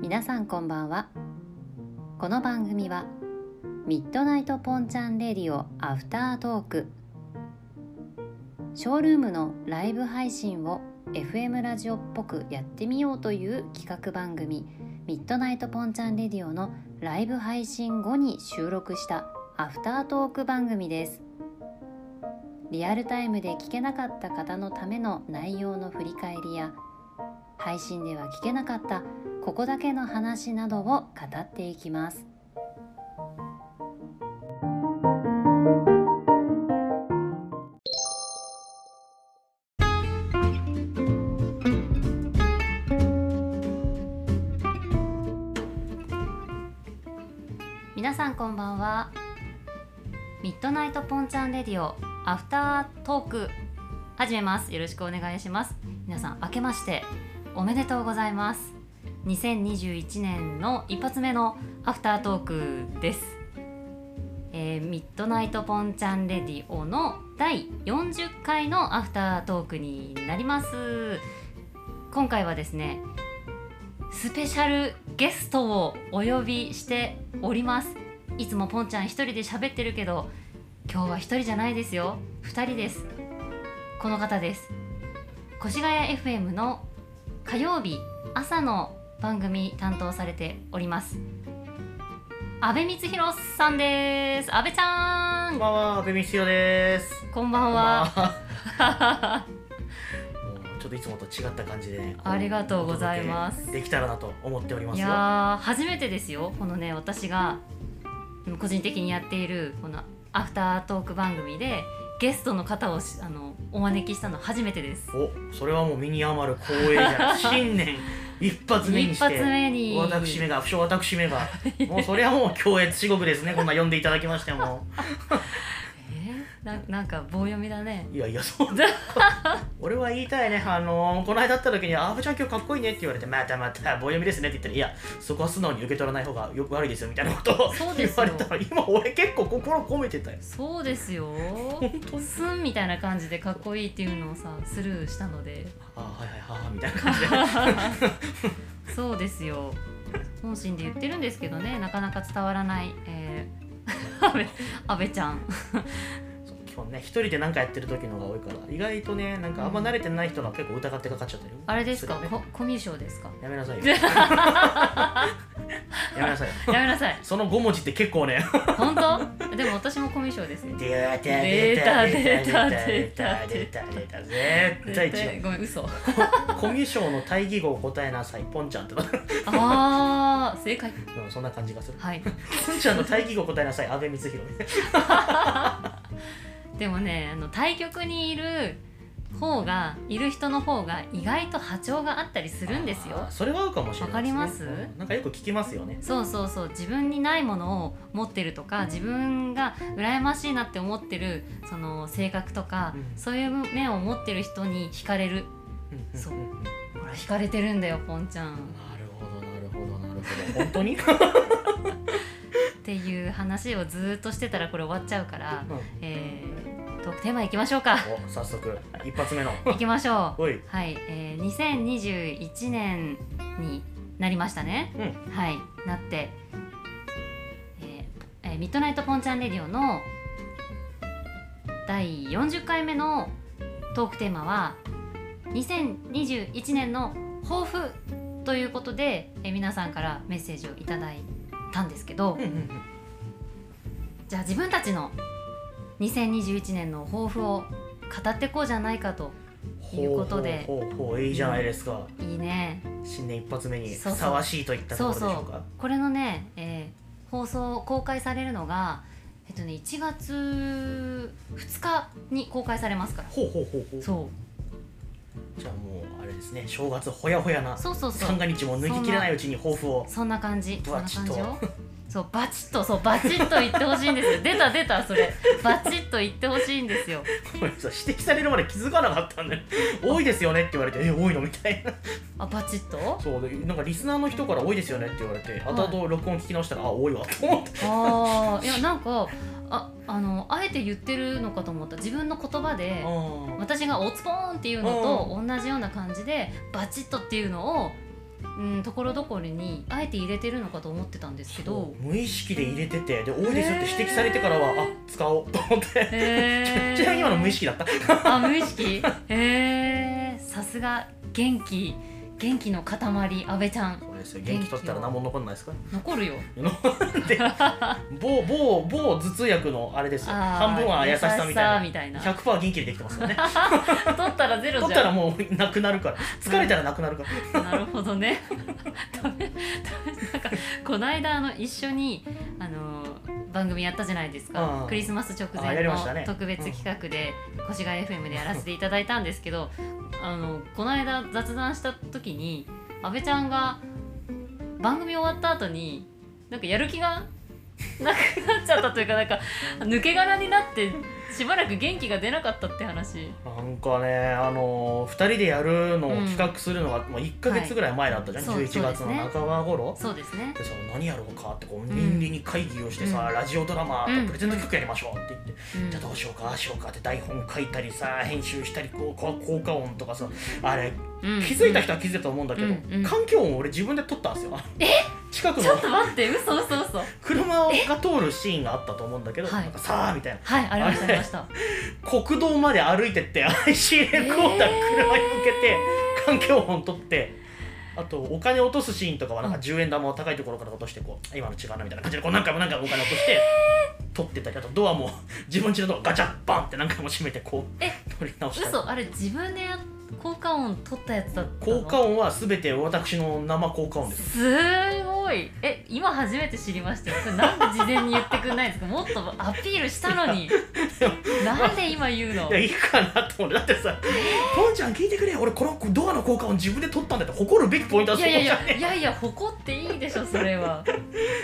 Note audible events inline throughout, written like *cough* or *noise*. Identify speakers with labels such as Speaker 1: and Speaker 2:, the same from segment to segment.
Speaker 1: 皆さんこんばんはこの番組はミッドナイトポンチャンレディオアフタートークショールームのライブ配信を FM ラジオっぽくやってみようという企画番組ミッドナイトポンチャンレディオのライブ配信後に収録したアフタートーク番組ですリアルタイムで聞けなかった方のための内容の振り返りや配信では聞けなかったここだけの話などを語っていきます皆さんこんばんはミッドナイトポンチャンレディオアフタートーク始めますよろしくお願いします皆さん明けましておめでとうございます2021年の一発目のアフタートークです、えーミッドナイトポンチャンレディオの第40回のアフタートークになります今回はですねスペシャルゲストをお呼びしておりますいつもポンちゃん一人で喋ってるけど今日は一人じゃないですよ二人ですこの方です越谷 FM の火曜日朝の番組担当されております阿部光弘さんです阿部ちゃ
Speaker 2: こん
Speaker 1: ん
Speaker 2: ばんは、ベミシオです。
Speaker 1: こんばん
Speaker 2: こん
Speaker 1: は
Speaker 2: ばんは。
Speaker 1: は
Speaker 2: もうちょっといつもと違った感じで、こ
Speaker 1: ありがとうございます
Speaker 2: お届けできたらなと思っております
Speaker 1: い
Speaker 2: よ。
Speaker 1: やー初めてですよこのね私がうん個人的にやっているこのアフタートーク番組でゲストの方をしあのお招きしたの初めてです
Speaker 2: お、それはもう身に余る光栄じゃない。新年一発目にして。
Speaker 1: 一発目に
Speaker 2: 私めが、不詳私めが、もうそれはもう *laughs* 強烈至極ですね、こんな呼んでいただきましても。
Speaker 1: えーななんか棒読みだね
Speaker 2: いやい
Speaker 1: *laughs*
Speaker 2: や、そうだ。俺は言いたいね、あのー、この間会った時に、あーぶちゃん今日かっこいいねって言われて、またまた、棒読みですねって言ったら、いや、そこは素直に受け取らない方がよく悪いですよみたいなことを
Speaker 1: そうで
Speaker 2: 言
Speaker 1: すよ
Speaker 2: われたら、今俺結構心込めてたよ。
Speaker 1: そうですよ
Speaker 2: 本当に
Speaker 1: すんみたいな感じでかっこいいっていうのをさスルーしたので
Speaker 2: あーはいはいはーみたいな感じ
Speaker 1: *laughs*
Speaker 2: で
Speaker 1: そうですよ本心で言ってるんですけどねなかなか伝わらない、えー、安 *laughs* 倍安倍ちゃん
Speaker 2: そう基本ね一人で何かやってる時の方が多いから意外とねなんかあんま慣れてない人が結構疑ってかかっちゃったり
Speaker 1: あれですか
Speaker 2: るよね
Speaker 1: こコミュ障ですか
Speaker 2: やめな
Speaker 1: *laughs*
Speaker 2: さいよやめなさいよ
Speaker 1: やめなさい
Speaker 2: その5文字って結構ね
Speaker 1: 本当でも私もコミュ障ですよ
Speaker 2: 出た
Speaker 1: 出た出た出た
Speaker 2: 出た出た絶対違う
Speaker 1: ごめん
Speaker 2: *laughs*
Speaker 1: 嘘
Speaker 2: コミュ障の対義語を答えなさいポンちゃんってなう
Speaker 1: ああ正解
Speaker 2: んそんな感じがする
Speaker 1: はい
Speaker 2: ポンちゃんの対義語を答えなさい阿部光弘
Speaker 1: でもねあの対局にいる方がいる人の方が意外と波長があったりするんですよ
Speaker 2: あーそれは合うかもしれないですね
Speaker 1: わかります
Speaker 2: うんなんかよく聞きますよね
Speaker 1: そうそうそう自分にないものを持ってるとか自分が羨ましいなって思ってるその性格とか、
Speaker 2: うん
Speaker 1: そういう面を持ってる人に惹かれる
Speaker 2: うん
Speaker 1: そうん
Speaker 2: んん
Speaker 1: ほら惹かれてるんだよポンちゃん
Speaker 2: なるほどなるほどなるほど本当
Speaker 1: っ
Speaker 2: に
Speaker 1: ていう話をずーっとしてたらこれ終わっちゃうから、えー、トークテーマいきましょうか
Speaker 2: お早速一発目の
Speaker 1: いきましょう
Speaker 2: おい
Speaker 1: はい、えー、2021年になりましたね
Speaker 2: うん
Speaker 1: はいなって、えーえーミッドナイトポンチャンレディオの第40回目のトークテーマは2021年の抱負ということで、えー皆さんからメッセージをいただいたんですけど、
Speaker 2: うんうんうん
Speaker 1: じゃあ自分たちの2021年の抱負を語ってこうじゃないかということで
Speaker 2: ほうほうほうほういいじゃないですか
Speaker 1: いいね
Speaker 2: 新年一発目に
Speaker 1: そうそう
Speaker 2: ふさわしいといったところでしょう
Speaker 1: そう
Speaker 2: か
Speaker 1: これのね、えー放送公開されるのがえっとね1月2日に公開されますから
Speaker 2: ほうほうほうほう
Speaker 1: そ
Speaker 2: じゃあもうあれですね正月ほやほやな
Speaker 1: うそうそうそ
Speaker 2: 三
Speaker 1: う
Speaker 2: が日も脱ぎ切れないうちに抱負を
Speaker 1: そんな感じそんな感
Speaker 2: バチ
Speaker 1: じ
Speaker 2: ッと
Speaker 1: よそうバチッとそうバチッと言ってほしいんですよ出た出たそれバチッと言ってほしいんですよ
Speaker 2: ごめんなさい指摘されるまで気づかなかったんだよ多いですよねって言われてえ多いのみたいな
Speaker 1: あバチッと
Speaker 2: そうでなんかリスナーの人から多いですよねって言われて
Speaker 1: はい
Speaker 2: 後々録音聞き直したらあ多いわと思って
Speaker 1: ああいやなんかああのあえて言ってるのかと思った自分の言葉で
Speaker 2: あ
Speaker 1: 私がおつぽーんっていうのと同じような感じでバチッとっていうのをうん、ところどころにあえて入れてるのかと思ってたんですけど
Speaker 2: 無意識で入れててで多いですよって指摘されてからは、あ使おうと思 *laughs* って
Speaker 1: へー
Speaker 2: ちなみに今の無意識だった
Speaker 1: あ無意識へえさすが元気元気の塊阿部ちゃん
Speaker 2: これですよ元気取ったら何も残んないですか
Speaker 1: 残るよ
Speaker 2: で某某某頭痛薬のあれですよ
Speaker 1: あー
Speaker 2: 半分は優しさみたいな
Speaker 1: みたいな
Speaker 2: 100%元気でできてますよね
Speaker 1: *laughs* 取ったらゼロ
Speaker 2: 取
Speaker 1: じ
Speaker 2: った
Speaker 1: ゃ
Speaker 2: ら
Speaker 1: ん
Speaker 2: もうなくなるから疲れたらなくなるから、
Speaker 1: なるほどね *laughs* ダメダメなんかこの間あの一緒にあの番組やったじゃないです
Speaker 2: う
Speaker 1: か
Speaker 2: ん
Speaker 1: クリスマス直
Speaker 2: あ
Speaker 1: 前
Speaker 2: やりました
Speaker 1: の
Speaker 2: ね
Speaker 1: 特別企画で越谷 FM でやらせていただいたんですけどあのこの間雑談した時に阿部ちゃんが番組終わった後になんかやる気がなくなっちゃったというかなんか抜け殻になってしばらく元気が出なかったって話。
Speaker 2: なんかねあのー、2人でやるのを企画するのが、もう1か月ぐらい前だったじゃん、
Speaker 1: はいそうそ
Speaker 2: 11月
Speaker 1: うですね
Speaker 2: の半ば頃
Speaker 1: そうですね
Speaker 2: でさ何やろうかってこ
Speaker 1: う
Speaker 2: う
Speaker 1: ん
Speaker 2: 倫理に会議をしてさ、
Speaker 1: うん
Speaker 2: ラジオドラマ
Speaker 1: うん
Speaker 2: とプレゼント企画やりましょうって言って、
Speaker 1: うん
Speaker 2: じゃあどうしようかああしようかって台本書いたりさ編集したりこうこう効果音とかさあれ
Speaker 1: うん
Speaker 2: 気づいた人は気づいたと思うんだけど、
Speaker 1: うんうん
Speaker 2: 環境音を俺自分で撮ったんですよ近く
Speaker 1: ちょっ
Speaker 2: の
Speaker 1: と待って、嘘嘘嘘。
Speaker 2: 車が通るシーンがあったと思うんだけど、
Speaker 1: はい
Speaker 2: なんかさあみたいな
Speaker 1: はい、ありました、あ
Speaker 2: あれ
Speaker 1: りました。
Speaker 2: 国道まで歩いてって IC レコーダー車に向けて環境音撮ってあとお金落とすシーンとかはなんか
Speaker 1: うん
Speaker 2: 10円玉を高いところから落としてこう今の違うなみたいな感じでこう何回も何回もお金落として撮ってたりあとドアも自分家のドアガチャッバンって何回も閉めてこう
Speaker 1: え
Speaker 2: 撮り直したり
Speaker 1: 嘘、あれ自分でや効果音取ったやつだったの。
Speaker 2: 効果音は全て私の生効果音です
Speaker 1: すごい。え、今初めて知りましたよ。それなんで事前に言ってくんないんですか。もっとアピールしたの
Speaker 2: *laughs*
Speaker 1: に。なんで今言うの
Speaker 2: いや。いいかなと思ってだってさ「ポンちゃん聞いてくれよ俺このドアの効果音自分で取ったんだ」って誇るべきポイントだ
Speaker 1: い
Speaker 2: と
Speaker 1: やい
Speaker 2: 思
Speaker 1: や
Speaker 2: う
Speaker 1: い
Speaker 2: じゃん
Speaker 1: や、いやいや、誇っていいでしょ、それは。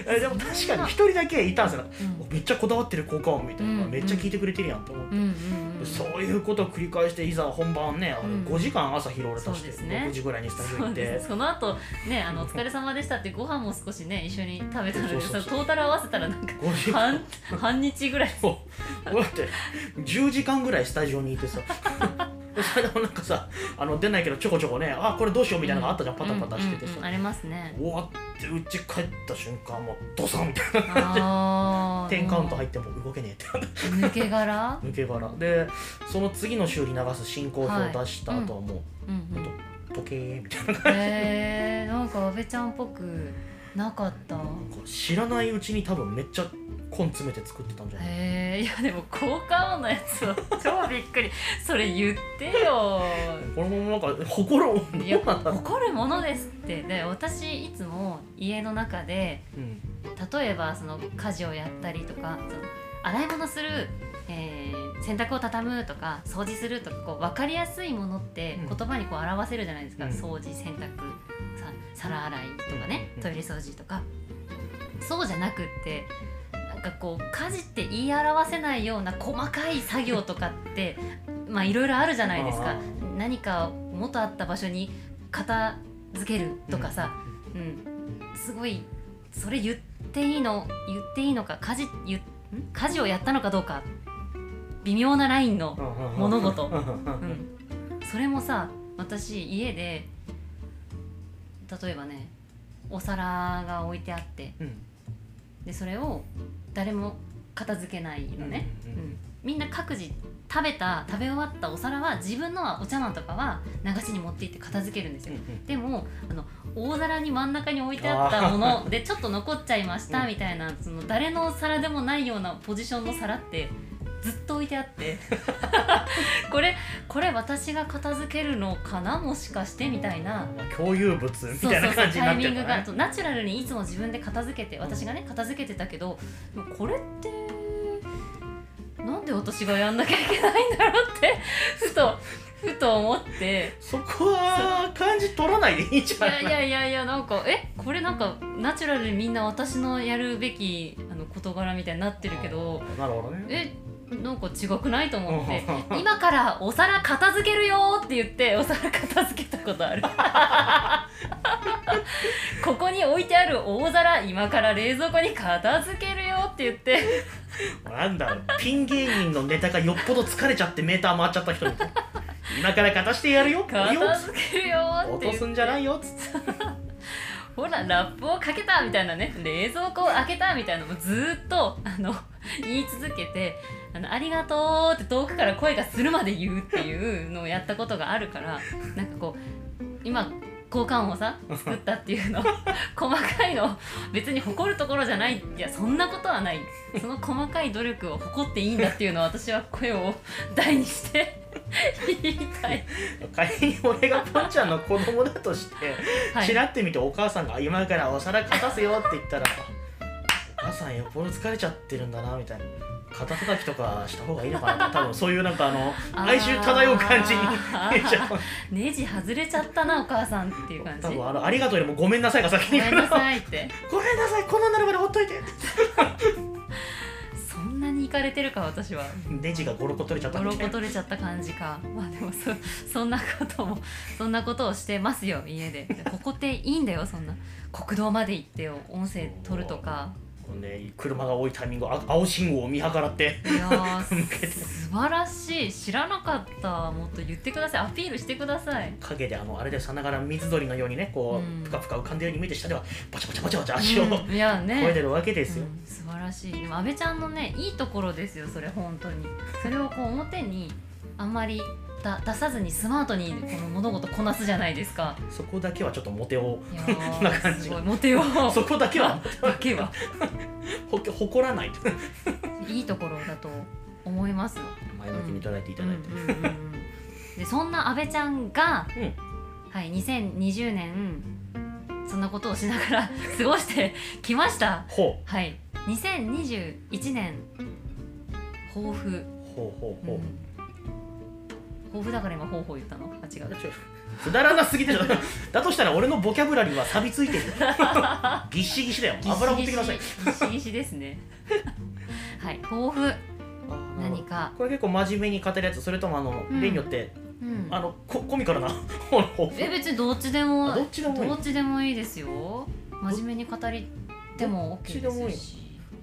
Speaker 2: えでも確かに一人だけいたんですよ
Speaker 1: うん
Speaker 2: めっちゃこだわってる効果音みたいな、
Speaker 1: うん
Speaker 2: めっちゃ聞いてくれてるやんと思っ
Speaker 1: う
Speaker 2: て、
Speaker 1: んうんうん。
Speaker 2: そういうことを繰り返していざ本番ねあれ
Speaker 1: うん
Speaker 2: 5時間朝拾われた
Speaker 1: そう
Speaker 2: して、
Speaker 1: ですね
Speaker 2: 6時ぐらいにスタジオ
Speaker 1: そ
Speaker 2: 行
Speaker 1: う
Speaker 2: っ
Speaker 1: で
Speaker 2: て
Speaker 1: すその後ねあのお疲れ様でしたってご飯も少しね一緒に食べたので
Speaker 2: そうそうそう
Speaker 1: そのトータル合わせたらなんか
Speaker 2: 5時間 *laughs*
Speaker 1: 半半日ぐらい
Speaker 2: こうやって10時間ぐらいスタジオにいてさ *laughs* でそれでもなんかさあの出ないけどちょこちょこねあこれどうしようみたいなのがあったじゃん、パタパタしててさ、
Speaker 1: うんうんうんありますね
Speaker 2: 終わってうち帰った瞬間もうドサンみたいな *laughs*
Speaker 1: あ
Speaker 2: 10カウント入
Speaker 1: っ
Speaker 2: ってもう動けねえって *laughs*
Speaker 1: て抜け殻
Speaker 2: 抜け殻でその次の週に流す進行表を出した後はもう、
Speaker 1: うんうん
Speaker 2: ポケーみたいな
Speaker 1: へえなんか阿部ちゃんっぽくなかった
Speaker 2: 知らないうちに多分めっちゃ根詰めて作ってたんじゃない
Speaker 1: へえいやでも効果音のやつは超びっくり *laughs* それ言って
Speaker 2: *laughs*
Speaker 1: よ
Speaker 2: これもなんか誇ろう
Speaker 1: いや
Speaker 2: どうなんだろう
Speaker 1: 怒るものですってで私いつも家の中で
Speaker 2: うん
Speaker 1: 例えばその家事をやったりとかその洗い物する、えー洗濯を畳むとか掃除するとかこう分かりやすいものって
Speaker 2: うん
Speaker 1: 言葉にこう表せるじゃないですか、
Speaker 2: うん
Speaker 1: 掃除洗濯さ皿洗いとかね
Speaker 2: うん
Speaker 1: トイレ掃除とか、そうじゃなくってなんかこう家事って言い表せないような細かい作業とかって *laughs* まあいろいろあるじゃないです
Speaker 2: あ
Speaker 1: か何か元あった場所に片付けるとかさ、うん、すごいそれ言っていいの言っていいのか家事言ん家事をやったのかどうか微妙なラインの、物事
Speaker 2: うんうん
Speaker 1: う
Speaker 2: うん
Speaker 1: ん、それもさ私家で例えばねお皿が置いてあって
Speaker 2: うん
Speaker 1: でそれを誰も片付けないのね、
Speaker 2: う
Speaker 1: うんん
Speaker 2: うんうん
Speaker 1: みんな各自食べた食べ終わったお皿は自分のはお茶碗とかは流しに持って行って片付けるんですよでもあの大皿に真ん中に置いてあったものでちょっと残っちゃいまし
Speaker 2: う
Speaker 1: た
Speaker 2: ん
Speaker 1: みたいなその誰の皿でもないようなポジションの皿ってずっと置いてあって
Speaker 2: *laughs*
Speaker 1: これこれ私が片付けるのかなもしかしてみたいな。
Speaker 2: まあ共有物み
Speaker 1: そう
Speaker 2: たい
Speaker 1: そ
Speaker 2: な
Speaker 1: うそう
Speaker 2: 感じ
Speaker 1: タ
Speaker 2: にな
Speaker 1: イ
Speaker 2: っ
Speaker 1: ミ
Speaker 2: て
Speaker 1: ン
Speaker 2: る
Speaker 1: グ
Speaker 2: から
Speaker 1: が
Speaker 2: ね
Speaker 1: そうナチュラルにいつも自分で片付けて私がね片付けてたけどでもこれってなんで私がやんなきゃいけないんだろうってふとふと思って
Speaker 2: そこは感じ取らないでいいんじ
Speaker 1: い
Speaker 2: ゃ
Speaker 1: や
Speaker 2: ない
Speaker 1: いやいやいやなんかえこれなんかナチュラルにみんな私のやるべきあの事柄みたいになってるけど
Speaker 2: なるほどね
Speaker 1: えなんか違くないと思って今からお皿片付けるよって言ってお皿片付けたことあるここに置いてある大皿今から冷蔵庫に片付けるよって言って
Speaker 2: なんだろうピン芸人のネタがよっぽど疲れちゃってメーター回っちゃった人みたいな今から勝たしてやるよいいよ
Speaker 1: 片付けるよって言
Speaker 2: 落と
Speaker 1: って
Speaker 2: すんじゃないよっつって
Speaker 1: ほらラップをかけたみたいなね冷蔵庫を開けたみたいなのもずーっとあの *laughs* 言い続けてあの「ありがとう」って遠くから声がするまで言うっていうのをやったことがあるからなんかこう今交換音をさ作ったっていうの *laughs* 細かいのを別に誇るところじゃないいやそんなことはないその細かい努力を誇っていいんだっていうのを私は声を大にして *laughs* 言いたい。
Speaker 2: 仮に俺がポンちゃんの子供だとして、
Speaker 1: はい
Speaker 2: ちらって見てお母さんが今からお皿片すよって言ったら *laughs* お母さんよっぽど疲れちゃってるんだなみたいな肩叩きとかした方がいいのかな多分そういうなんかあの
Speaker 1: あー
Speaker 2: 哀愁漂う感じに
Speaker 1: あー
Speaker 2: 見えちゃう
Speaker 1: ネジ外れちゃったなお母さんっていう感じ
Speaker 2: 多分
Speaker 1: ご
Speaker 2: あのありがとうよりもごめんなさいが先に
Speaker 1: め *laughs*
Speaker 2: 来
Speaker 1: ん
Speaker 2: る
Speaker 1: なさいって
Speaker 2: ごめんなさいこんなんなるまでほっといて
Speaker 1: そんなにいかれてるか私は
Speaker 2: ネジがゴロコ取れちゃった
Speaker 1: ボ
Speaker 2: み
Speaker 1: ロ
Speaker 2: た
Speaker 1: コ
Speaker 2: いな
Speaker 1: 取れちゃった感じかまあでもそそんなこともそんなことをしてますよ家でここっていいんだよそんな国道まで行ってよ音声取るとか
Speaker 2: このね車が多いタイミングあ青信号を見計らって
Speaker 1: *laughs* いやー素晴らしい知らなかったもっと言ってくださいアピールしてください
Speaker 2: 影であのあれでさながら水鳥のようにねこう、
Speaker 1: うん
Speaker 2: ぷかぷか浮かんでるように見えて下ではバチャバチャバチャバチャ足を、
Speaker 1: うんいやね
Speaker 2: 超えてるわけですよ、
Speaker 1: うん素晴らしいでも安倍ちゃんのねいいところですよそれ本当にそれをこう表にあんまりだ出さずにスマートにこの物事こなすじゃないですか
Speaker 2: そこだけはちょっとモテを *laughs*
Speaker 1: いや
Speaker 2: な感
Speaker 1: ー
Speaker 2: じ
Speaker 1: すごいモテよう
Speaker 2: そこだけ
Speaker 1: *laughs*
Speaker 2: は
Speaker 1: だけは
Speaker 2: ほ誇らない
Speaker 1: いいところだと思います
Speaker 2: 前向きに捉えていただいて、
Speaker 1: うんうんうんうんでそんな安倍ちゃんが、
Speaker 2: うん
Speaker 1: はい、2020年そんなことをしながら *laughs* 過ごしてきました
Speaker 2: ほ
Speaker 1: はい2021年抱負
Speaker 2: うほうほうほう、
Speaker 1: 抱負だから今ほうほう言ったのあ違う
Speaker 2: ちょくだらなすぎてるだとした *laughs* ら俺のボキャブラリーは錆びついてるぎっしぎしだよ油を持ってきなさい
Speaker 1: ぎっしぎしぎっしぎしですね *laughs* はい抱負何か
Speaker 2: これ結構真面目に語るやつそれともあの、
Speaker 1: うん
Speaker 2: 例によって
Speaker 1: うん
Speaker 2: あのココミカルな *laughs* 方の方
Speaker 1: え別にどっちでも
Speaker 2: あどっちでもいい
Speaker 1: どっちでもいいですよ真面目に語りでも OK
Speaker 2: どっちで
Speaker 1: で
Speaker 2: もいい
Speaker 1: すし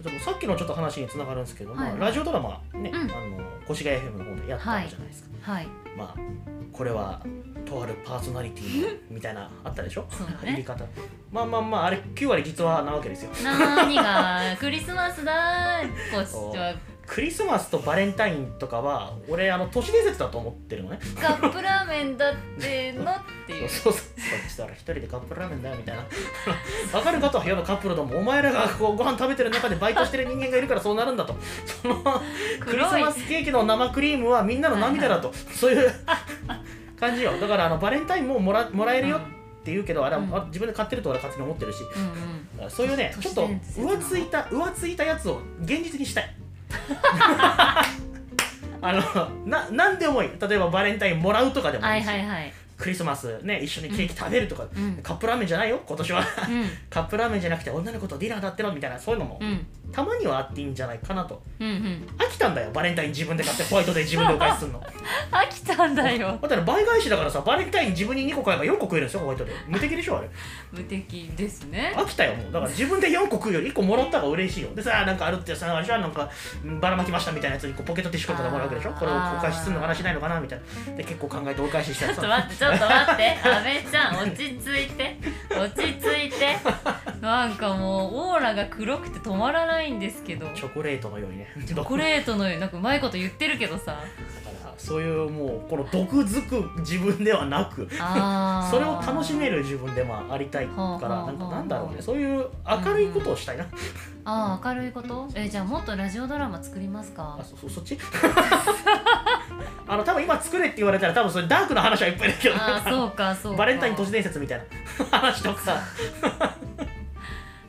Speaker 2: でもさっきのちょっと話につながるんですけども、
Speaker 1: はい
Speaker 2: ラジオドラマね、
Speaker 1: うん
Speaker 2: あの越谷 FM の方でやったじゃないですか、
Speaker 1: はい
Speaker 2: まあこれはとあるパーソナリティのみたいなあったでしょ
Speaker 1: そうだ
Speaker 2: 入り
Speaker 1: ね
Speaker 2: 方まあまあまああれ9割実はなわけですよ
Speaker 1: 何がクリスマスだーこっちは
Speaker 2: クリスマスとバレンタインとかは俺あの都市伝説だと思ってるのね
Speaker 1: カップラーメンだってのっていう
Speaker 2: そうそうそうしたら一人でカップラーメンだよみたいなわかるかと世のカップルどもお前らがこうご飯食べてる中でバイトしてる人間がいるからそうなるんだとそのクリス
Speaker 1: 黒い
Speaker 2: マスケーキの生クリームはみんなの涙だと、そういう感じよだからあのバレンタインももらもらえるよって言うけど、あれは
Speaker 1: うん
Speaker 2: あ自分で買ってると俺は勝手に思ってるし
Speaker 1: うんうん
Speaker 2: そういうねち
Speaker 1: 都市
Speaker 2: ょっと
Speaker 1: 伝説
Speaker 2: 浮ついた浮ついたやつを現実にし
Speaker 1: *laughs*
Speaker 2: たいあのな何でもいい例えばバレンタインもらうとかでも
Speaker 1: はい
Speaker 2: い
Speaker 1: い
Speaker 2: し、
Speaker 1: はいはい
Speaker 2: クリスマスね一緒にケーキ食べるとか、
Speaker 1: うん
Speaker 2: カップラーメンじゃないよ今年は
Speaker 1: う
Speaker 2: *laughs*
Speaker 1: ん
Speaker 2: カップラーメンじゃなくて女の子とディナーだってのみたいなそういうのも、
Speaker 1: うん
Speaker 2: たまにはあっていいんじゃないかなと
Speaker 1: うんうん
Speaker 2: 飽きたんだよバレンタイン自分で買ってホワイトデー自分でお返しす
Speaker 1: *laughs*
Speaker 2: るの
Speaker 1: 飽きたんだよ
Speaker 2: だって倍返しだからさバレンタイン自分に2個買えば4個食えるんですよホワイトデー無敵でしょあれ
Speaker 1: 無敵ですね
Speaker 2: 飽きたよもうだから自分で4個食うより1個もらった方が嬉しいよでさなんかあるってさあれじゃなんかうんばらまきましたみたいなやつにこうポケットティッシュとかでもらうわけでしょ
Speaker 1: あー
Speaker 2: これをお返しするのかなしないのかなみたいなで結構考えてお返しした
Speaker 1: ちょ
Speaker 2: ら
Speaker 1: っと待っ
Speaker 2: さ
Speaker 1: てちょっと待って阿部ちゃん落ち着いて落ち着いてなんかもうオーラが黒くて止まらないんですけど
Speaker 2: チ
Speaker 1: チ
Speaker 2: ョコレートのようにね
Speaker 1: ョ
Speaker 2: *laughs*
Speaker 1: コレートのようになんかうまいこと言ってるけどさ
Speaker 2: だからそういうもうこの毒づく自分ではなく
Speaker 1: あー
Speaker 2: それを楽しめる自分でまあありたいか
Speaker 1: ほうほう
Speaker 2: ら
Speaker 1: ほ
Speaker 2: な
Speaker 1: うん
Speaker 2: かなんだろうねそういう明るいことをしたいな
Speaker 1: あー明るいことえじゃあもっとラジオドラマ作りますか
Speaker 2: あそそそっち *laughs* あの多分今作れって言われたら多分それダークな話はいっぱいだけど
Speaker 1: ああそうかそうか
Speaker 2: バレンタイン都市伝説みたいな *laughs* 話とか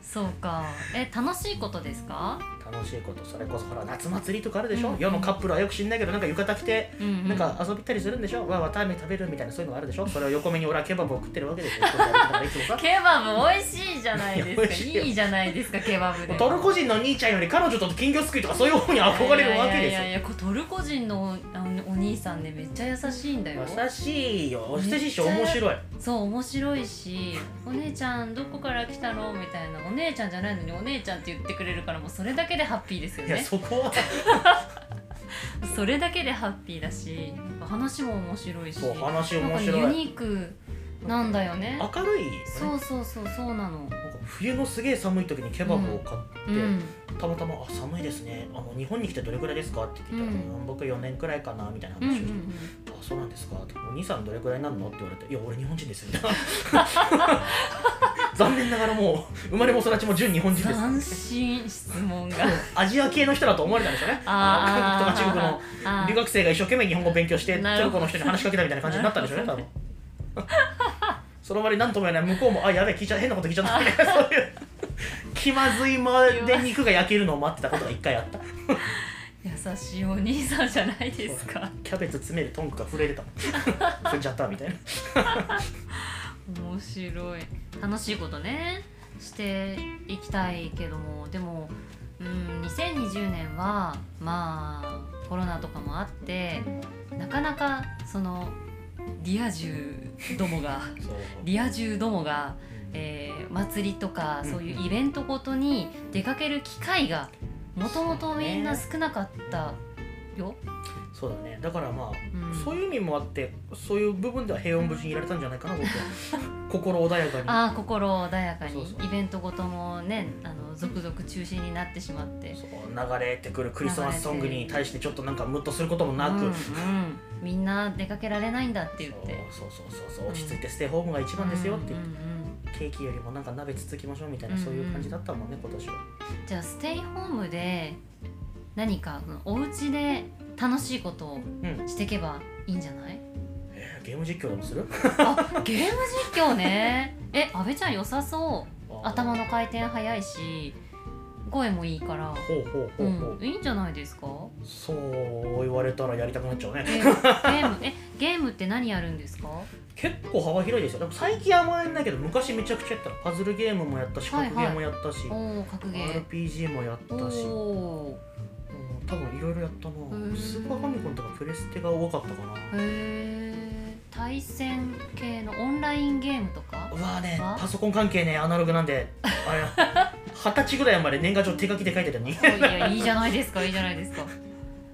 Speaker 1: そうかえ楽しいことですか
Speaker 2: 楽しいことそれこそほら夏祭りとかあるでしょ、
Speaker 1: うん
Speaker 2: 世のカップルはよく知んないけどなんか浴衣着て
Speaker 1: うん、うん、
Speaker 2: なんか遊びたりするんでしょ、わわたあめ食べるみたいなそういうのがあるでしょそれを横目に俺はケバブを食ってるわけですよいつもさ
Speaker 1: ケバブ美味しいじゃないです
Speaker 2: いや美
Speaker 1: か
Speaker 2: 味しい
Speaker 1: い
Speaker 2: よ
Speaker 1: いじゃないですかケバブで
Speaker 2: トルコ人の兄ちゃんより彼女と金魚すくいとかそういう方に憧れるわけで
Speaker 1: いや
Speaker 2: す
Speaker 1: いや
Speaker 2: よ
Speaker 1: いやこれトルコ人のあのお兄さんねめっちゃ優しいんだよ
Speaker 2: 優しいよ優しいし
Speaker 1: めっちゃ
Speaker 2: 面白い
Speaker 1: そう面白いし「お姉ちゃんどこから来たの?」みたいな「お姉ちゃんじゃないのにお姉ちゃん」って言ってくれるからもうそれだけでハッピーですよ
Speaker 2: いや
Speaker 1: ね
Speaker 2: そこは
Speaker 1: それだけでハッピーだしなんか話も面白いし
Speaker 2: そう話
Speaker 1: なん
Speaker 2: 面
Speaker 1: かね
Speaker 2: 白
Speaker 1: ユ
Speaker 2: い
Speaker 1: ニークなんだよね
Speaker 2: 明るいよね
Speaker 1: そうそうそうそうなの
Speaker 2: なんか冬のすげえ寒い時にケバブを買って、
Speaker 1: うん
Speaker 2: たまたま「あ寒いですねあの日本に来てどれくらいですか?」って聞いたら、
Speaker 1: うん
Speaker 2: うん僕4年くらいかな」みたいな
Speaker 1: うんうんう
Speaker 2: 話をして「
Speaker 1: ん
Speaker 2: あそうなんですか」って「お兄さんどれくらいなんの?」って言われて「いや俺日本人です」みたいな
Speaker 1: *laughs*
Speaker 2: 残念ながらもう生まれも育ちも純日本人です
Speaker 1: 斬新質問が
Speaker 2: アジア系の人だと思われたんでしょうね
Speaker 1: あー
Speaker 2: 韓国とか中国
Speaker 1: あ
Speaker 2: の
Speaker 1: ー
Speaker 2: 留学生が一生懸命日本語を勉強してト
Speaker 1: なる
Speaker 2: ル
Speaker 1: ほ
Speaker 2: コ
Speaker 1: ど
Speaker 2: の人に話しかけたみたいな感じになったんでしょうね多分その割なんとも言えない向こうも「あやべえ聞いちゃ変なこと聞いちゃった」
Speaker 1: *laughs*
Speaker 2: みたいなそういう気まずいまで肉が焼けるのを待ってたことが一回あった
Speaker 1: 優しいお兄さんじゃないですか
Speaker 2: キャベツ詰めるトンクが震えてたも
Speaker 1: *laughs*
Speaker 2: ん震えちゃったみたいな
Speaker 1: 面白い楽しいことねしていきたいけどもでも、うん、2020年はまあコロナとかもあってなかなかそのリア充ども
Speaker 2: *laughs*
Speaker 1: が
Speaker 2: そう
Speaker 1: リア充どもが、
Speaker 2: うん
Speaker 1: えー祭りとか
Speaker 2: うん
Speaker 1: そういうイベントごとに出かける機会がもともとみんな
Speaker 2: そ
Speaker 1: 少なかったよ。
Speaker 2: そうだねだからまあ
Speaker 1: うん
Speaker 2: そういう意味もあってそういう部分では平穏無事にいられたんじゃないかな僕は心穏やかに
Speaker 1: ああ心穏やかに
Speaker 2: そうそう
Speaker 1: イベントごともねあの続々中止になってしまって
Speaker 2: そう流れてくるクリスマスソングに対してちょっとなんかムッとすることもなく、
Speaker 1: うんうんみんな出かけられないんだって言って
Speaker 2: そうそうそうそうそう落ち着いてステイホームが一番ですよって言って、
Speaker 1: うんうん
Speaker 2: ケーキよりもなんか鍋つつきましょうみたいな、
Speaker 1: うんうん
Speaker 2: そういう感じだったもんね今年は
Speaker 1: うんじゃあステイホームで何かそのお家で楽しいことを
Speaker 2: うん
Speaker 1: していけばいいんじゃない、
Speaker 2: えーゲーム実況でもする
Speaker 1: あゲーム実況ね *laughs* え阿部ちゃん良さそう
Speaker 2: あー
Speaker 1: 頭の回転早いし声もいいから、
Speaker 2: ほうほう
Speaker 1: う
Speaker 2: ほうほ
Speaker 1: ん
Speaker 2: う、、
Speaker 1: いいんじゃないです
Speaker 2: *laughs*
Speaker 1: か
Speaker 2: そう言われたらやりたくなっちゃうね
Speaker 1: ゲームゲームえゲームって何やるんですか
Speaker 2: 結構幅広いですよでも最近あんまやんないけど昔めちゃくちゃやったらパズルゲームもやったし
Speaker 1: はい
Speaker 2: 格
Speaker 1: はい
Speaker 2: ゲーもやったし、
Speaker 1: おお格ゲー
Speaker 2: RPG もやっ
Speaker 1: お
Speaker 2: たし、うん
Speaker 1: お
Speaker 2: 多分いろいろやった
Speaker 1: ー
Speaker 2: なスーパーファミコンとかプレステが多かったかな
Speaker 1: ーへえ対戦系のオンラインゲームとか
Speaker 2: うわーね
Speaker 1: あ
Speaker 2: パソコン関係ねアナログなんで
Speaker 1: *laughs*
Speaker 2: あれ二十歳ぐらいまで年賀状手書きで書いてたのに
Speaker 1: おいやいいじゃないですかいいじゃないですか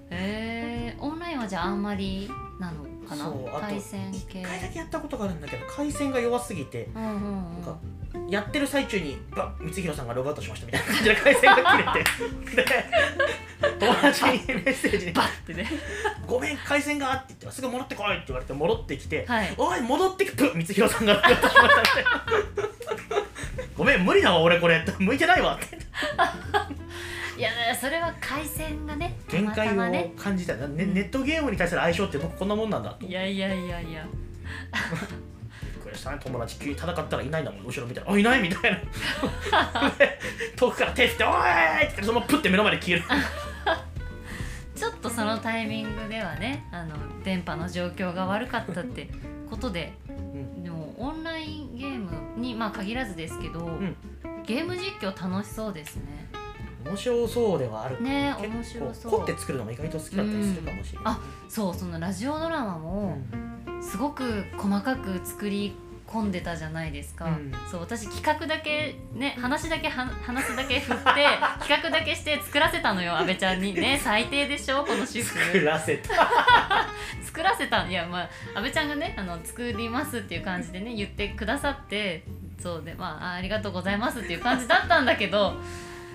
Speaker 1: へえオンラインはじゃああんまりなのかな
Speaker 2: そうあと
Speaker 1: 対戦系
Speaker 2: 一回だけやったことがあるんだけど回線が弱すぎて
Speaker 1: うんうんう
Speaker 2: なん
Speaker 1: ん
Speaker 2: かやってる最中にバッ光弘さんがログアウトしましたみたいな感じで回線が切
Speaker 1: *laughs*
Speaker 2: れてで友達にメッセージに
Speaker 1: バッてね
Speaker 2: 「ごめん回線が」って言って「すぐ戻ってこい」って言われて戻ってきて
Speaker 1: はい
Speaker 2: おい戻ってきて光弘さんがやってしまったみたいなごめん無理だわ俺これ向いてないわって
Speaker 1: いやそれは回線がねた
Speaker 2: 限
Speaker 1: また
Speaker 2: 界
Speaker 1: ま
Speaker 2: を
Speaker 1: ね
Speaker 2: 感じたよなね
Speaker 1: うん
Speaker 2: ネットゲームに対する相性って僕こんなもんなんだと
Speaker 1: いやいやいやいや
Speaker 2: びっくりしたね友達急に戦ったらいないんだもん後ろ見たら「あいない」みたいなで遠くから手振って「おーい!」って言ってそのままプッて目の前で消える
Speaker 1: ちょっとそのタイミングではねあの電波の状況が悪かったってことで、
Speaker 2: ん
Speaker 1: でもオンラインゲームにまあ限らずですけど、
Speaker 2: ん
Speaker 1: ゲーム実況楽しそうですね
Speaker 2: 面白そうではある
Speaker 1: ね
Speaker 2: 結構
Speaker 1: 面白そ
Speaker 2: 凝
Speaker 1: う
Speaker 2: って作るのも意外と好きだったりするかもしれない、
Speaker 1: あそうそのラジオドラマ
Speaker 2: うん
Speaker 1: もすごく細かく作り込んでたじゃないですか、
Speaker 2: うん
Speaker 1: そう私企画だけね話だけは話すだけ振って企画だけして作らせたのよ阿部ちゃんにね最低でしょこの主婦
Speaker 2: 作らせた
Speaker 1: 作らせたいやまあ阿部ちゃんがねあの作りますっていう感じでね言ってくださってそうでまああありがとうございますっていう感じだったんだけど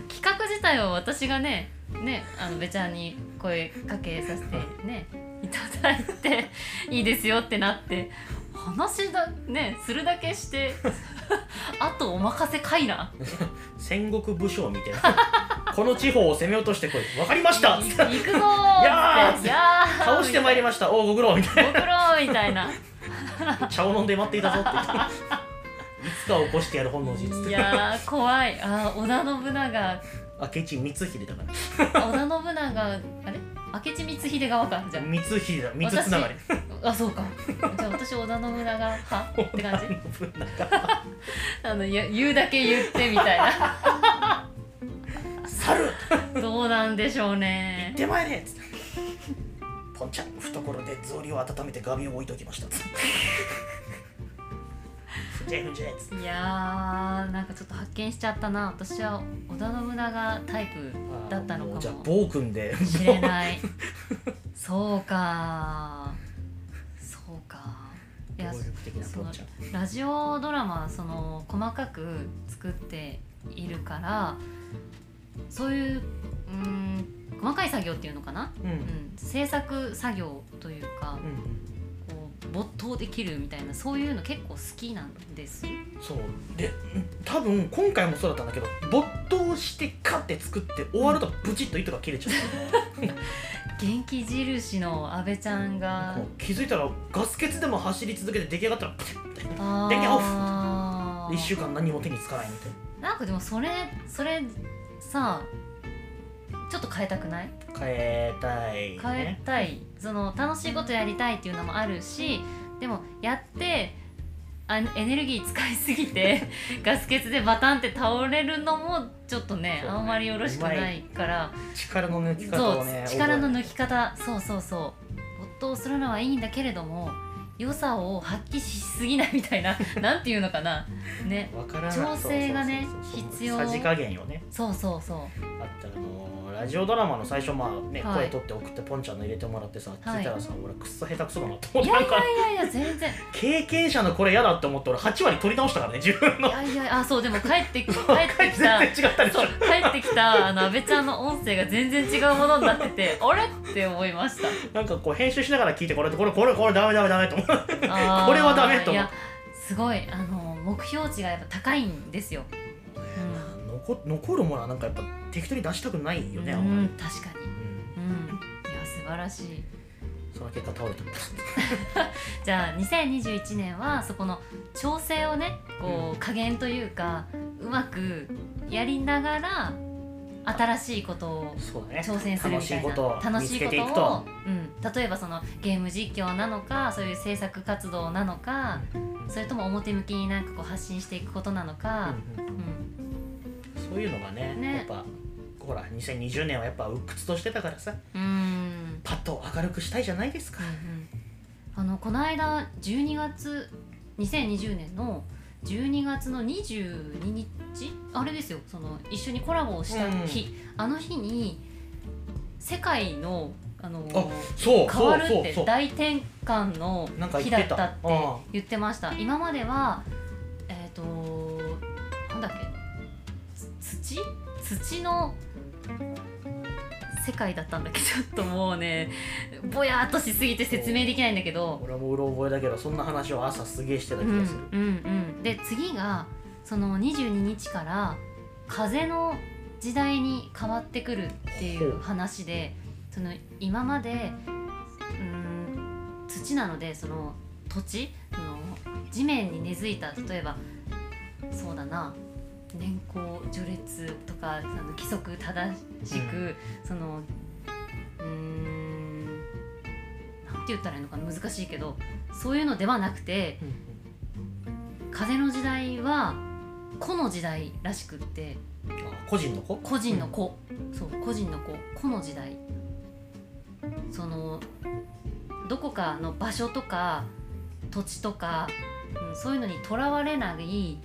Speaker 1: 企画自体を私がねねあの阿部ちゃんに声かけさせてねいただいていいですよってなって話だねするだけしてあとお任せかいな
Speaker 2: 戦国武将みたいな *laughs* この地方を攻め落としてこいわかりました
Speaker 1: い行くぞーって
Speaker 2: やー
Speaker 1: いやー
Speaker 2: 倒してまいりましたおおご苦労みたい
Speaker 1: ご苦労みたいな。
Speaker 2: な茶を飲んで待っていたぞって言っていつか起 *laughs* こしてやる本能寺っつっ
Speaker 1: い
Speaker 2: て
Speaker 1: やー怖いあー織田信長
Speaker 2: 明智光秀だから
Speaker 1: 織田信長あれ明智光秀側かじゃ
Speaker 2: 光秀だ光つながり
Speaker 1: ああそうかじゃあ私織田信長派って感じ
Speaker 2: 信長
Speaker 1: あのや言うだけ言ってみたい
Speaker 2: *laughs*
Speaker 1: な
Speaker 2: *laughs* 猿
Speaker 1: どうなんでしょう
Speaker 2: 行っ
Speaker 1: ね
Speaker 2: てまいれっつってポンちゃん懐で草履を温めてガビを置いときましたつってふんじゃいふんじゃいっつって
Speaker 1: いやーなんかちょっと発見しちゃったな私は織田信長タイプだったの
Speaker 2: あーう
Speaker 1: か
Speaker 2: じゃあ
Speaker 1: も
Speaker 2: 暴君で
Speaker 1: 知れないそうかそうかえいや
Speaker 2: 暴力的な
Speaker 1: そ
Speaker 2: ポ
Speaker 1: の
Speaker 2: ンちゃん
Speaker 1: ラジオドラマその細かく作っているからそういううーん細かい作業っていうのかな、
Speaker 2: うんうん
Speaker 1: うん、制作作業というかこう没頭できるみたいなそういうの結構好きなんです。
Speaker 2: うんそうで多分今回もそうだったんだけど没頭してカッて作って終わるとブチッと糸が切れちゃう
Speaker 1: 元気印の阿部ちゃんが
Speaker 2: こう気づいたらガス欠でも走り続けて出来上がったらプチッみたい
Speaker 1: あ
Speaker 2: な
Speaker 1: ー
Speaker 2: 電源オ1週間何も手につかないみたい
Speaker 1: なんかでもそれそれさちょっと変えたくない
Speaker 2: な変えたい
Speaker 1: 変え
Speaker 2: ね
Speaker 1: たい、その楽しいことやりたいっていうのもあるしでもやってあエネルギー使いすぎて *laughs* ガス欠でバタンって倒れるのもちょっとね
Speaker 2: そうね
Speaker 1: あんまりよろしくないから
Speaker 2: 力の抜き方
Speaker 1: そ
Speaker 2: を
Speaker 1: う、
Speaker 2: ね
Speaker 1: 力の抜
Speaker 2: き
Speaker 1: き方そうそうそう没頭するのはいいんだけれども良さを発揮しすぎないみたいな *laughs* なんていうのかなね
Speaker 2: わからない
Speaker 1: 調整がね
Speaker 2: そうそうそうそう
Speaker 1: 必要
Speaker 2: さじ加減よね
Speaker 1: そうそうそ
Speaker 2: あったあのーラジオドラマの最初まあね、
Speaker 1: はい
Speaker 2: 声取って送ってポンちゃんの入れてもらってさ
Speaker 1: はい
Speaker 2: 聞いたらさ、俺くっそ下手くそだなと
Speaker 1: う
Speaker 2: 思っ
Speaker 1: い
Speaker 2: て
Speaker 1: や
Speaker 2: ないんか
Speaker 1: *laughs* やいやいや全然
Speaker 2: 経験者のこれ嫌だって思って俺8割取り直したからね自分
Speaker 1: い
Speaker 2: の
Speaker 1: やいやあそうでも帰ってき帰って
Speaker 2: 全
Speaker 1: きた
Speaker 2: 然違ったでしょ
Speaker 1: そう帰ってきたあの阿部ちゃんの音声が全然違うものになってて *laughs* あれって思いました
Speaker 2: なんかこう編集しながら聞いてこれこれこれこれダメダメダメと思う
Speaker 1: あー
Speaker 2: これはダメと思う
Speaker 1: いやすごいあの目標値がやっぱ高いんですよ、うん
Speaker 2: 残残るものはなんかやっぱ適当に出したくないよね、
Speaker 1: う
Speaker 2: あんまり
Speaker 1: ん、確かに
Speaker 2: うん
Speaker 1: うんいや素晴らしい
Speaker 2: その結果倒れた
Speaker 1: じゃあ2021年はそこの調整をねこう加減というかうまくやりながら新しいことを
Speaker 2: そうだね
Speaker 1: 挑戦するみたいな
Speaker 2: 楽しいことを見つけていくと
Speaker 1: うん、例えばそのゲーム実況なのかそういう制作活動なのかそれとも表向きになんかこう発信していくことなのか、
Speaker 2: うん
Speaker 1: うん
Speaker 2: うんそういうのがね
Speaker 1: ね
Speaker 2: やっぱほら2020年はやっぱ鬱屈としてたからさ
Speaker 1: うーんうん
Speaker 2: パッと明るくしたいじゃないですか、
Speaker 1: うんあのこの間12月2020年の12月の22日あれですよその一緒にコラボをした日、あの日に世界のあの
Speaker 2: あそう
Speaker 1: 変わるっ
Speaker 2: そうそう
Speaker 1: て
Speaker 2: そう
Speaker 1: 大転換の
Speaker 2: なんか
Speaker 1: 日
Speaker 2: 言
Speaker 1: だ
Speaker 2: っ
Speaker 1: ってた
Speaker 2: た
Speaker 1: って言ってました今まではえっ、となんだっけつ土土の世界だったんだけどちょっともうねぼやーっとしすぎて説明できないんだけど
Speaker 2: 俺もうろ覚えだけどそんな話を朝すげえしてた
Speaker 1: う
Speaker 2: 気
Speaker 1: んうん
Speaker 2: がする、
Speaker 1: うんで次がその22日から風の時代に変わってくるっていう話でその今までうーん土なのでその土地その地面に根付いた例えばそうだな年功序列とかあの規則正しく、
Speaker 2: う
Speaker 1: そのうーんなんて言ったらいいのかな難しいけどそういうのではなくて
Speaker 2: うん
Speaker 1: 風の時代は個の時代らしくって
Speaker 2: うんあ個人の子
Speaker 1: 個人の子、そう個人の子個の時代そのどこかの場所とか土地とか、うんそういうのにとらわれない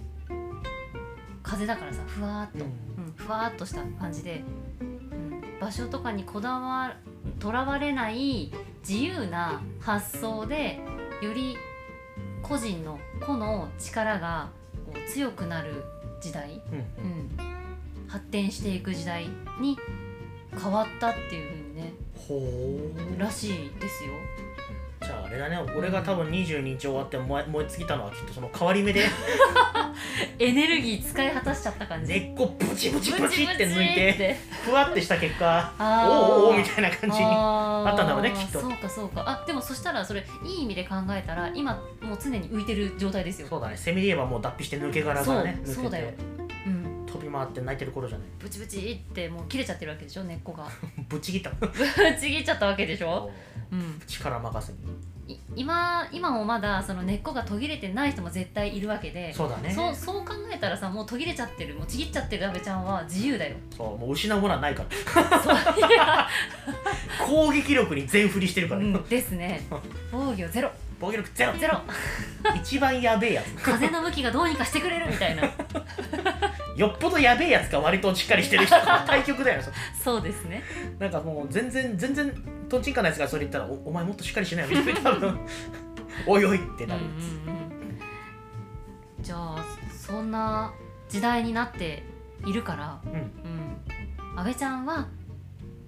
Speaker 1: 風だからさふわーっ
Speaker 2: うん、うん
Speaker 1: うん、ふわーっとした感じで、うん、場所とかにこだわとらわれない自由な発想でより個人の個の力がこう強くなる時代、
Speaker 2: う
Speaker 1: う
Speaker 2: んうん
Speaker 1: ん、発展していく時代に変わったっていう風にね
Speaker 2: ほう
Speaker 1: らしいですよ。
Speaker 2: じゃああれだね俺が多分22日終わって燃え燃え尽きたのはきっとその変わり目で
Speaker 1: エネルギー使い果たしちゃった感じ。
Speaker 2: 根っこブチブチブチっ
Speaker 1: ブチブチっ
Speaker 2: て抜い
Speaker 1: てて
Speaker 2: ふわってした結果お
Speaker 1: あー
Speaker 2: ーおーおーみたいな感じに
Speaker 1: あー
Speaker 2: あったんだろうねきっと
Speaker 1: そうかそうかあでもそしたらそれいい意味で考えたら今もう常に浮いてる状態ですよ
Speaker 2: そうだねセミで言えばもう脱皮して抜け殻がね
Speaker 1: そうそ
Speaker 2: 抜
Speaker 1: う
Speaker 2: け
Speaker 1: だよ
Speaker 2: て
Speaker 1: うん
Speaker 2: 飛び回って泣いてる頃じゃない
Speaker 1: ブチブチってもう切れちゃってるわけでしょ根っこが *laughs*
Speaker 2: ぶち切った
Speaker 1: ぶち切っちゃったわけでしょうん
Speaker 2: 力任せに
Speaker 1: い今今もまだその根っこが途切れてない人も絶対いるわけで
Speaker 2: そうだね
Speaker 1: そうそう考えたらさもう途切れちゃってるもうちぎっちゃってる阿部ちゃんは自由だよ
Speaker 2: そうもう失うものはないから
Speaker 1: そういや
Speaker 2: *laughs* 攻撃力に全振りしてる
Speaker 1: う
Speaker 2: から、
Speaker 1: んですね防御ゼロ
Speaker 2: 防御力ゼロ
Speaker 1: ゼロ
Speaker 2: 一番やべえやつ
Speaker 1: 風の向きがどうにかしてくれるみたい
Speaker 2: *laughs*
Speaker 1: な
Speaker 2: よっぽどやべえやつが割としっかりしてる人が対局だよね *laughs* そ
Speaker 1: そうですね
Speaker 2: なんかもう全然全然とんちんかなやつがそれ言ったらおお前もっとしっかりしないよみたいな多分 *laughs* おいおいって
Speaker 1: うんう
Speaker 2: なんるや
Speaker 1: うんじゃあそんな時代になっているから、
Speaker 2: つうん
Speaker 1: うん、安倍ちゃんは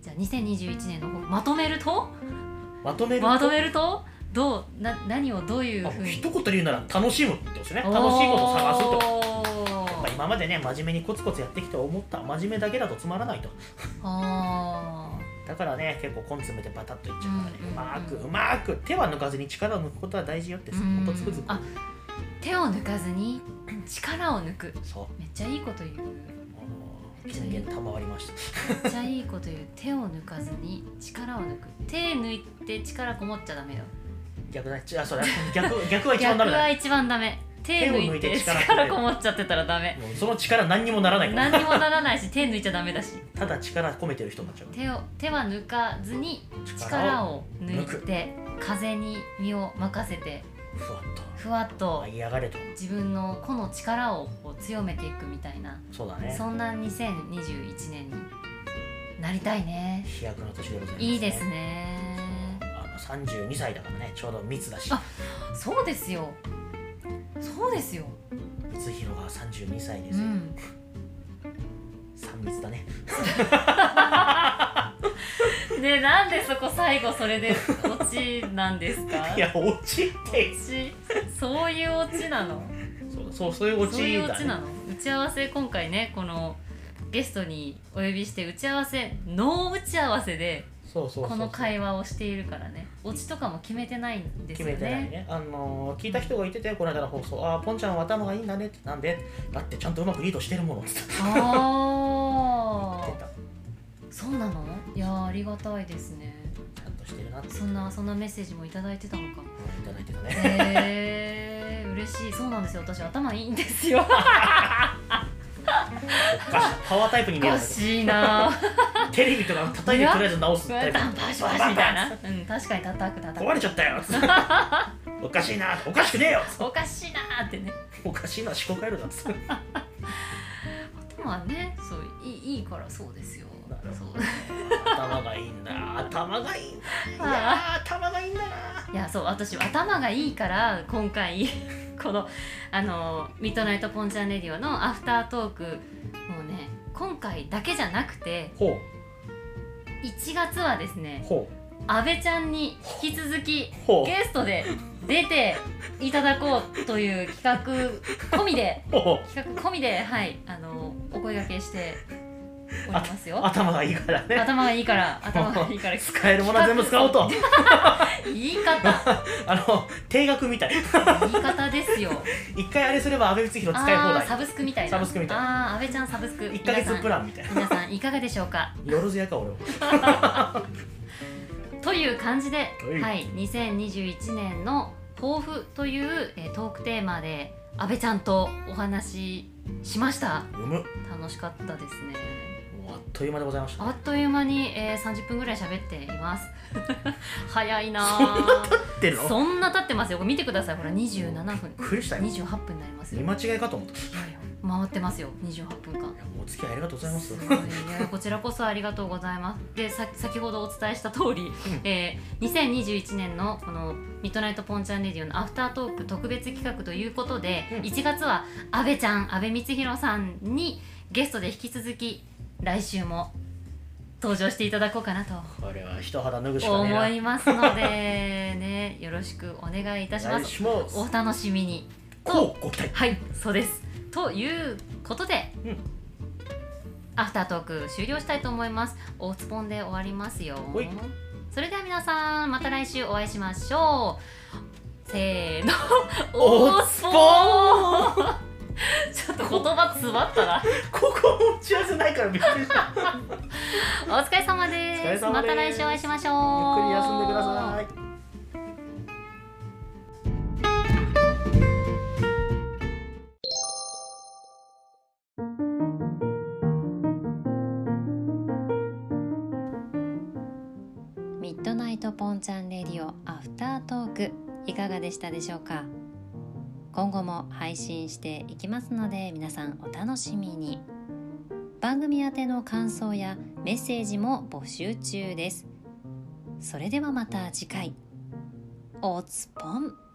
Speaker 1: じゃあ2021年のまとめると
Speaker 2: まとめると
Speaker 1: まとめるとどうな何をどういう
Speaker 2: あ
Speaker 1: ふうに
Speaker 2: 一言で言うなら楽しむってことですね楽しいことを探すってこと
Speaker 1: と
Speaker 2: やっぱ今までね真面目にコツコツやってきて思った真面目だけだとつまらないと
Speaker 1: あ
Speaker 2: だからね結構根詰めてバタッといっちゃうからね、
Speaker 1: う
Speaker 2: う
Speaker 1: う
Speaker 2: ん
Speaker 1: んうん
Speaker 2: まーくうまーく手は抜かずに力を抜くことは大事よって
Speaker 1: ー
Speaker 2: さ
Speaker 1: う
Speaker 2: ほん
Speaker 1: ん
Speaker 2: とつくづく
Speaker 1: あ手を抜かずに力を抜く
Speaker 2: そう
Speaker 1: めっちゃいいこと言う
Speaker 2: あの金言賜りました
Speaker 1: めっちゃいいこと言う手を抜かずに力を抜く手抜いて力こもっちゃダメよ
Speaker 2: 逆だねちあそれ逆逆は一
Speaker 1: 逆
Speaker 2: 番ダメだ
Speaker 1: は
Speaker 2: ね
Speaker 1: 一番ダメ手抜いて
Speaker 2: 手を抜いて力
Speaker 1: 力こもっちゃってたらダメ
Speaker 2: もうその力何にもならないから
Speaker 1: 何にもならないし手抜いちゃダメだした
Speaker 2: だ力込めてる人になっちゃう
Speaker 1: 手を手は抜かずに力を抜いて風に身を任せて
Speaker 2: ふわっと
Speaker 1: ふわっと
Speaker 2: 舞い上がれと
Speaker 1: 自分の個の力をこう強めていくみたいな
Speaker 2: そうだね
Speaker 1: そんな2021年になりたいね
Speaker 2: 飛躍の年でございます、
Speaker 1: いいですね
Speaker 2: あの32歳だからねちょうど密だし
Speaker 1: あそうですよそうですよ
Speaker 2: 光弘が32歳で
Speaker 1: う
Speaker 2: すよ、
Speaker 1: ん
Speaker 2: 三密だね
Speaker 1: でなんでそこ最後それでオチなんですか
Speaker 2: *laughs* いや落ち
Speaker 1: オ
Speaker 2: て
Speaker 1: チそういうオチなの
Speaker 2: そうだそうそういう落
Speaker 1: そうい
Speaker 2: ち
Speaker 1: うオ
Speaker 2: だ
Speaker 1: チ
Speaker 2: ね
Speaker 1: なの打ち合わせ今回ねこのゲストにお呼びして打ち合わせノー打ち合わせで
Speaker 2: そうそうそうそ
Speaker 1: こ
Speaker 2: う
Speaker 1: の会話をしているからねオチとかも決めてないんです
Speaker 2: 決
Speaker 1: よ
Speaker 2: めてない
Speaker 1: ね
Speaker 2: ねあのー聞いた人が言っててこの間の放送「ああポンちゃんは頭がいいんだね」ってなんでだってちゃんとうまくリードしてるものって言って
Speaker 1: ああ
Speaker 2: た
Speaker 1: そうなのいやーありがたいですね
Speaker 2: ちゃんとしてるなって
Speaker 1: そんなそんなメッセージもいただいてたのか
Speaker 2: いただいてたね
Speaker 1: へえー、嬉しいそうなんですよ私頭いいんですよ
Speaker 2: おかしいパワータイプに
Speaker 1: お
Speaker 2: 見え
Speaker 1: か
Speaker 2: るんだけ
Speaker 1: しいな
Speaker 2: どテレビとか叩いてとりあえず直すタイプ
Speaker 1: バンバシバシみたいなうん確かに叩く叩
Speaker 2: 壊れちゃったよおかしいなおかしくねえよ
Speaker 1: くおかしいなーってね
Speaker 2: おかしいな思考回路だっつって
Speaker 1: まあねそういいいいからそうですよ
Speaker 2: なるほ
Speaker 1: そう
Speaker 2: 頭がいいんだ頭がいいんだいやー頭がいいんだない
Speaker 1: やそう私頭がいいから今回 *laughs* このあのミッドナイトポンチャンレディオのアフタートークもうね今回だけじゃなくて
Speaker 2: ほ
Speaker 1: 1月はです
Speaker 2: う
Speaker 1: ね
Speaker 2: ほ
Speaker 1: 阿部ちゃんに引き続き
Speaker 2: うほ
Speaker 1: ゲストで出ていただこうという企画込みで
Speaker 2: うほう
Speaker 1: 企画込みではいあのお声がけしておりますよ。
Speaker 2: 頭がいいから *laughs* ね
Speaker 1: 頭がいいから頭がいいから
Speaker 2: 使えるものは全部使おうと
Speaker 1: 言い方
Speaker 2: あの定額みたい
Speaker 1: 言い方ですよ。
Speaker 2: 一回あれすれば阿部光弘 *laughs* 使い放
Speaker 1: あーサ
Speaker 2: 題
Speaker 1: ブスクみたいな
Speaker 2: サブスクみたい
Speaker 1: なあー安倍ちゃんサブスク
Speaker 2: 一ヶ月プランみたいな
Speaker 1: 皆さん皆さんいかがでしょうか
Speaker 2: よろずやか俺は
Speaker 1: という感じで、
Speaker 2: い
Speaker 1: はい、2021年の抱負という、えートークテーマで安倍ちゃんとお話ししました
Speaker 2: うむもう
Speaker 1: 楽しかったですね
Speaker 2: あっという間でございました
Speaker 1: あっという間に、えー30分ぐらい喋っています *laughs* 早いな
Speaker 2: ってる
Speaker 1: ー
Speaker 2: の
Speaker 1: そんな経ってますよこれ見てくださいほら27分
Speaker 2: びっくりしたよ
Speaker 1: 28分になりますよ
Speaker 2: 見
Speaker 1: いや
Speaker 2: 間違いかと思ったい
Speaker 1: いや回ってますよ28分間
Speaker 2: やもうお付き合いありがとうございます
Speaker 1: ごいいやこちらこそありがとうございます。でさ先ほどお伝えした通り、えー2021年のこのミッドナイトポンチャンレディオのアフタートーク特別企画ということで、
Speaker 2: うん
Speaker 1: 1月は阿部ちゃん阿部光弘さんにゲストで引き続き来週も登場していただこうかなと
Speaker 2: これは人肌脱ぐしかねえ
Speaker 1: 思
Speaker 2: ない
Speaker 1: ますのでねよろしくお願いいたしま
Speaker 2: 来
Speaker 1: す。
Speaker 2: 週も
Speaker 1: お楽しみに。
Speaker 2: こうご期待
Speaker 1: はい、そうです。ということで、
Speaker 2: うん
Speaker 1: アフタートーク終了したいと思います。おつぽんで終わりますよ
Speaker 2: ほい。
Speaker 1: それでは皆さん、また来週お会いしましょう。せーの、
Speaker 2: おつぽ
Speaker 1: んちょっと言葉詰まったな。
Speaker 2: ここ持ち合わせないからびっくりしたゆっ
Speaker 1: お疲れ様です。
Speaker 2: お疲れ様です
Speaker 1: また来週お会いしましょう。
Speaker 2: くり休んでください
Speaker 1: ミッドナイトポンチャンレディオアフタートークいかがでしたでしょうか今後も配信していきますので皆さんお楽しみに番組宛ての感想やメッセージも募集中ですそれではまた次回おつぽん